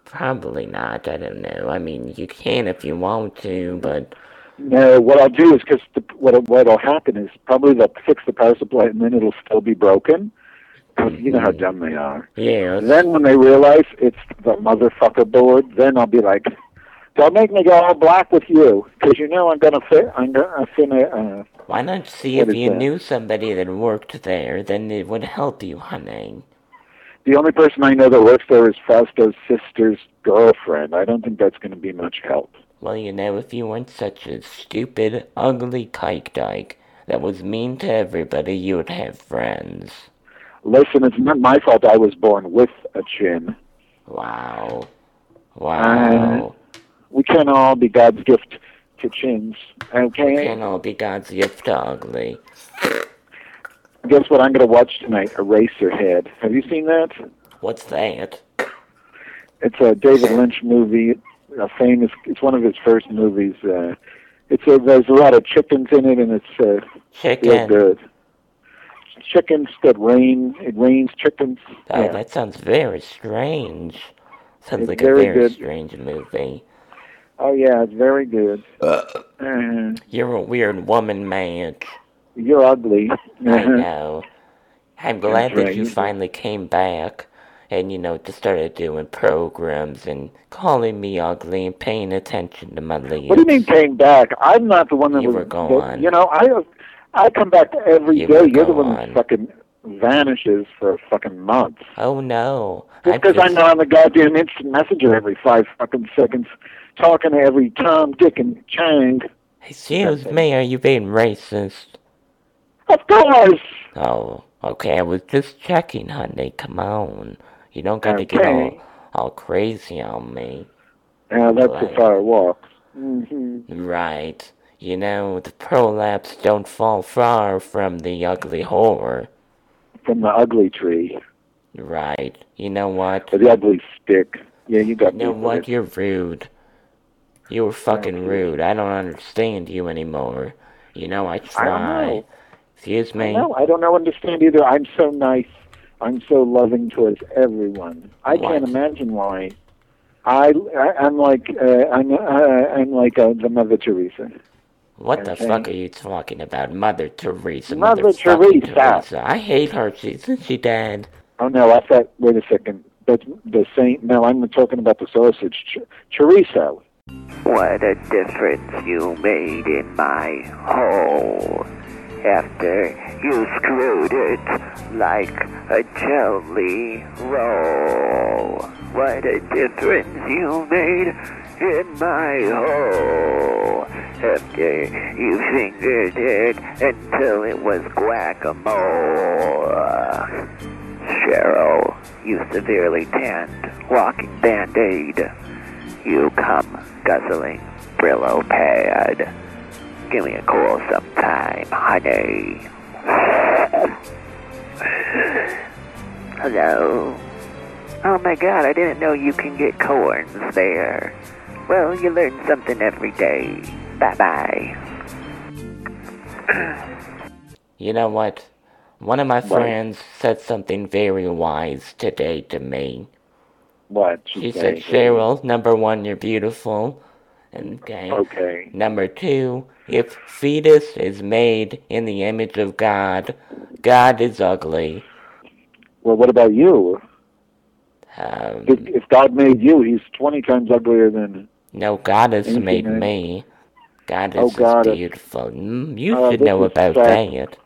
A: Probably not, I don't know. I mean, you can if you want to, but
C: No, what I'll do is because what what'll happen is probably they'll fix the power supply and then it'll still be broken. 'Cause You know how dumb they are.
A: yeah,
C: And then when they realize it's the motherfucker board, then I'll be like, "Don't make me go all black with you, because you know I'm gonna fit. I'm gonna. I'm gonna uh,
A: why not see
C: What
A: if
C: is
A: you
C: that?
A: knew somebody that worked there? Then it would help you, honey.
C: the only person I know that works there is Fausto's sister's girlfriend. I don't think that's going to be much help.
A: Well, you know, if you weren't such a stupid, ugly kike dyke that was mean to everybody, you would have friends.
C: Listen, it's not my fault I was born with a chin.
A: Wow. Wow.
C: We can all be God's gift to chins. Okay?
A: Can all be God's gift to ugly.
C: Guess what I'm going to watch tonight? Eraserhead. Have you seen that?
A: What's that?
C: It's a David Lynch movie. A famous. It's one of his first movies. Uh, it's a, there's a lot of chickens in it, and it's uh, real
A: Chicken.
C: good. Chickens that rain. It rains chickens.
A: Oh,
C: Yeah.
A: that sounds very strange. Sounds
C: It's
A: like
C: very
A: a very
C: good.
A: strange movie.
C: Oh yeah, it's very good. Uh,
A: You're a weird woman, man.
C: you're
A: (laughs)
C: ugly. (laughs)
A: I
C: Uh-huh.
A: know. I'm glad that
C: right,
A: you
C: you-
A: finally came back and, you know, just started doing programs and calling me ugly and paying attention to my leaves.
C: What do you mean came back? I'm not the one that
A: You
C: was.
A: were gone.
C: that- you know, I I come back every
A: You
C: day.
A: were
C: You're the one
A: gone.
C: that fucking vanishes for fucking months.
A: Oh, no.
C: Just because I'm not on the goddamn instant messenger every five fucking seconds, talking to every Tom, Dick, and Chang.
A: Excuse me, are you being racist?
C: Of course.
A: Oh, okay. I was just checking, honey. Come on. You don't gotta get all,
C: Okay.
A: all crazy on me.
C: Yeah, that's
A: Right.
C: a far walk. hmm
A: Right. You know, the prolapse don't fall far from the ugly whore.
C: From the ugly tree
A: Right. You know what?
C: or the ugly stick. Yeah, you got
A: You
C: me.
A: know
C: with
A: what?
C: it.
A: You're rude. You were fucking
C: Okay.
A: rude. I don't understand you anymore. You know, I
C: I
A: try.
C: don't know.
A: Excuse me.
C: No, I don't know, understand either. I'm so nice. I'm so loving towards everyone. I
A: What?
C: can't imagine why. I, I I'm like uh, I'm uh, I'm like uh, the Mother Teresa.
A: What the
C: Okay.
A: fuck are you talking about? Mother Teresa.
C: Mother
A: motherfucking
C: Teresa.
A: I hate her. She, isn't she dead?
C: Oh no, I thought. Wait a second. That's the saint. No, I'm talking about the sausage. Ch- chorizo.
D: What a difference you made in my whole after you screwed it like a jelly roll. What a difference you made in my hole after you fingered it until it was guacamole. Cheryl, you severely tanned, walking band-aid. You come guzzling Brillo pad. Give me a call sometime, honey. (sighs) Hello. Oh my god, I didn't know you can get corns there. Well, you learn something every day. Bye bye.
A: You know what? One of my friends said something very wise today to me.
C: What?
A: She said, Cheryl, number one, you're beautiful. And, Okay.
C: Okay.
A: Number two, if fetus is made in the image of God, God is ugly.
C: Well, what about you?
A: Um,
C: If, if God made you, he's 20 times uglier than.
A: no, God has
C: Thank you,
A: made
C: man.
A: me. God
C: Oh,
A: is
C: God is-
A: beautiful. Mm, you
C: Oh,
A: should
C: this
A: know
C: is
A: about
C: sad.
A: that.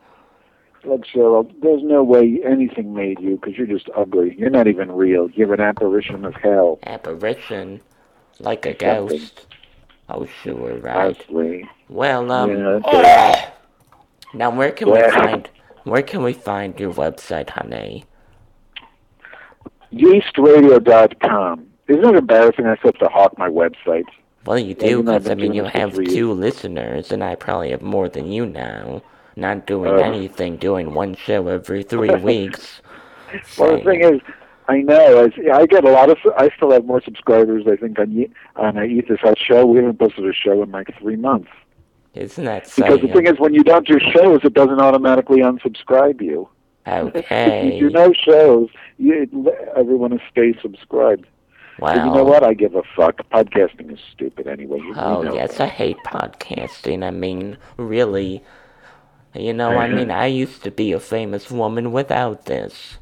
C: Look, Cheryl, there's no way anything made you because you're just ugly. You're not even real. You're an apparition of hell.
A: Apparition, like a
C: Something.
A: ghost. Oh, sure, right.
C: Honestly.
A: Well, um,
C: yeah, that's it.
A: now where can we
C: Yeah.
A: find where can we find your website, honey?
C: Yeastradio.com. Isn't it embarrassing I still have to hawk my website?
A: Well, you do,
C: Yeah, you know, I've
A: because I
C: been
A: mean,
C: doing
A: you
C: this for
A: have
C: three
A: two listeners, and I probably have more than you now. Not doing
C: Uh.
A: anything, doing one show every
C: (laughs)
A: three weeks.
C: Well, the
A: Same.
C: thing is, I know I, I get a lot of. I still have more subscribers. I think on Ye- on uh, Eat This Out show. We haven't posted a show in like three months
A: Isn't that sad?
C: because the thing is, when you don't do shows, it doesn't automatically unsubscribe (laughs) you.
A: okay.
C: If you do no shows, you, everyone will stay subscribed.
A: wow.
C: But you know what? I give a fuck. Podcasting is stupid anyway. You, you
A: Oh,
C: know
A: yes,
C: that.
A: I hate podcasting. I mean, really. You know, I mean, I used to be a famous woman without this.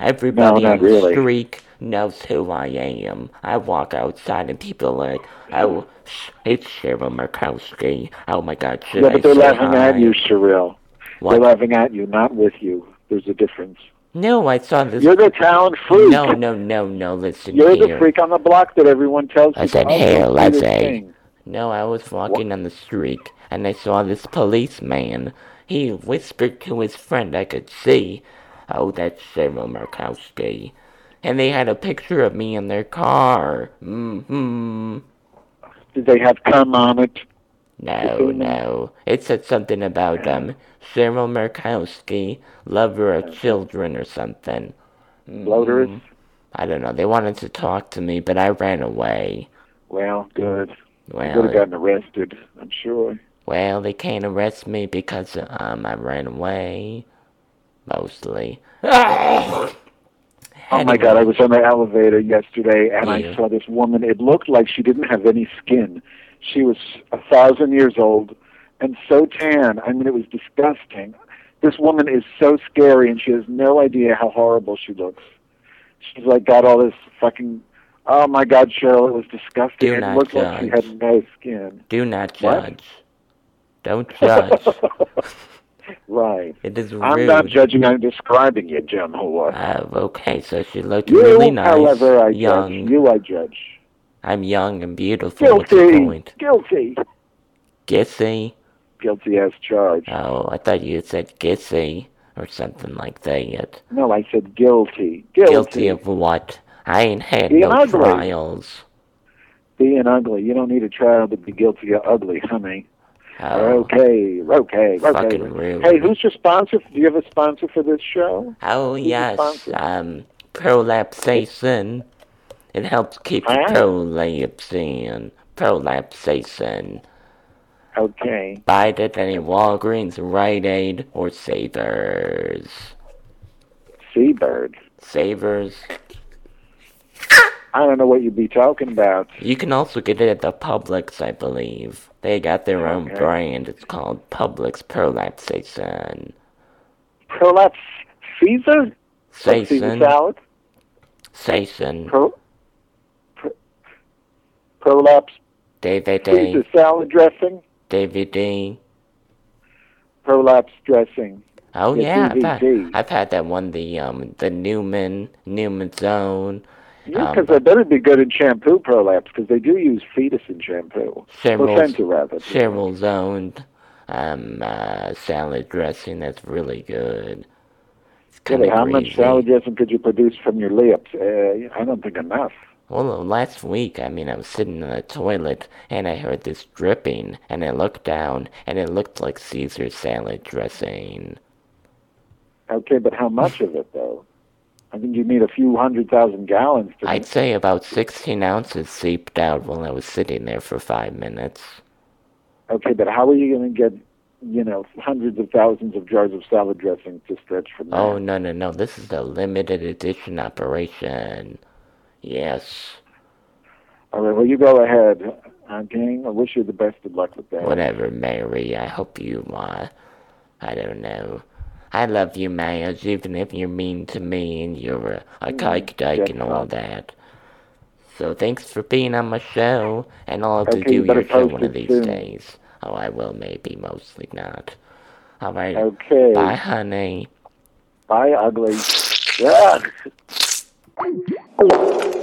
A: Everybody
C: not
A: on the
C: really.
A: street knows who I am. I walk outside and people are like, oh, sh- it's Cheryl Murkowski. Oh my god, should
C: Yeah,
A: I
C: but they're
A: say
C: laughing
A: hi?
C: at you, Sheryl.
A: What?
C: They're laughing at you, not with you. There's a difference.
A: No, I saw this.
C: You're the talent freak.
A: no, no, no, no, listen
C: You're
A: here.
C: the freak on the block that everyone tells
A: I
C: you.
A: said,
C: oh, don't
A: hell,
C: do
A: I
C: this
A: say.
C: thing.
A: No, I was walking on the street and I saw this policeman. He whispered to his friend I could see, Oh, that's Cheryl Murkowski. And they had a picture of me in their car. hmm
C: Did they have cum on it?
A: No, no. It said something about, um, Cheryl Murkowski, lover of children or something. Mm-hmm.
C: Bloaters?
A: I don't know. They wanted to talk to me, but I ran away.
C: Well, good. You
A: Well,
C: would have gotten arrested, I'm sure.
A: Well, they can't arrest me because um I ran away,
C: (laughs)
A: mostly.
C: Oh my God! I was on the elevator yesterday, and
A: Yeah.
C: I saw this woman. It looked like she didn't have any skin. She was a thousand years old, and so tan. I mean, it was disgusting. This woman is so scary, and she has no idea how horrible she looks. She's like got all this fucking. Oh my God, Cheryl! It was disgusting.
A: Do
C: it
A: not
C: looked like she
A: judge.
C: had no skin.
A: Do not
C: What?
A: judge.
C: (laughs)
A: Don't judge.
C: right.
A: it is rude.
C: I'm not judging. I'm describing you, Jim Hua.
A: Uh, okay, so she looked
C: You,
A: really nice,
C: however, I
A: young.
C: judge. You, I judge.
A: I'm young and beautiful. What's the
C: Guilty.
A: point?
C: Guilty.
A: Gissy?
C: Guilty as charged.
A: Oh, I thought you said Gissy or something like that.
C: No, I said guilty. Guilty.
A: Guilty of what? I ain't had
C: Being
A: no
C: ugly.
A: trials.
C: Being ugly. You don't need a trial to be guilty of ugly, honey.
A: Oh,
C: Okay, okay, okay.
A: fucking rude.
C: Hey, who's your sponsor? Do you have a sponsor for this show?
A: Oh
C: Who's
A: yes,
C: responsible?
A: um, prolapsation. It helps keep you
C: Huh?
A: prolapsing. Prolapsation.
C: Okay.
A: Buy it at any Walgreens, Rite Aid, or Savers.
C: Seabird.
A: Savers.
C: I don't know what you'd be talking about.
A: You can also get it at the Publix, I believe. They got their own
C: Okay.
A: brand. It's called Publix Prolapsation.
C: Prolapse Caesar? From Caesar
A: Sation.
C: salad?
A: Sation.
C: Pro, pro, prolapse
A: DVD.
C: Caesar salad dressing?
A: DVD.
C: prolapse dressing.
A: Oh
C: The
A: yeah, I've had,
C: DVD.
A: I've had that one. The um the Newman Newman Zone.
C: Yeah,
A: Um,
C: because they better be good in shampoo prolapse, because they do use fetus in shampoo.
A: Several-
C: Placenta, rather.
A: Cheryl zoned um, uh, salad dressing that's really good. It's kind
C: Really,
A: of
C: how much salad dressing could you produce from your lips? Uh, I don't think enough.
A: Well, uh, last week, I mean, I was sitting in the toilet and I heard this dripping, and I looked down and it looked like Caesar salad dressing.
C: Okay, but how much of it though? I think you need a few hundred thousand gallons to.
A: I'd say about 16 ounces seeped out while I was sitting there for five minutes.
C: Okay, but how are you going to get, you know, hundreds of thousands of jars of salad dressing to stretch from that?
A: Oh, no, no, no. This is a limited edition operation. Yes.
C: All right, well you go ahead, uh, gang. I wish you the best of luck with that.
A: Whatever, Mary. I hope you, uh, I don't know. I love you, Miles, even if you're mean to me and you're a,
C: Mm,
A: a kike dyke and all that. So thanks for being on my show, and I'll have to
C: Okay, you
A: do
C: better
A: your show
C: post
A: one of
C: it
A: these
C: soon.
A: days. Oh, I will, maybe, mostly not. All right.
C: Okay.
A: Bye, honey.
C: Bye, ugly. Ugh.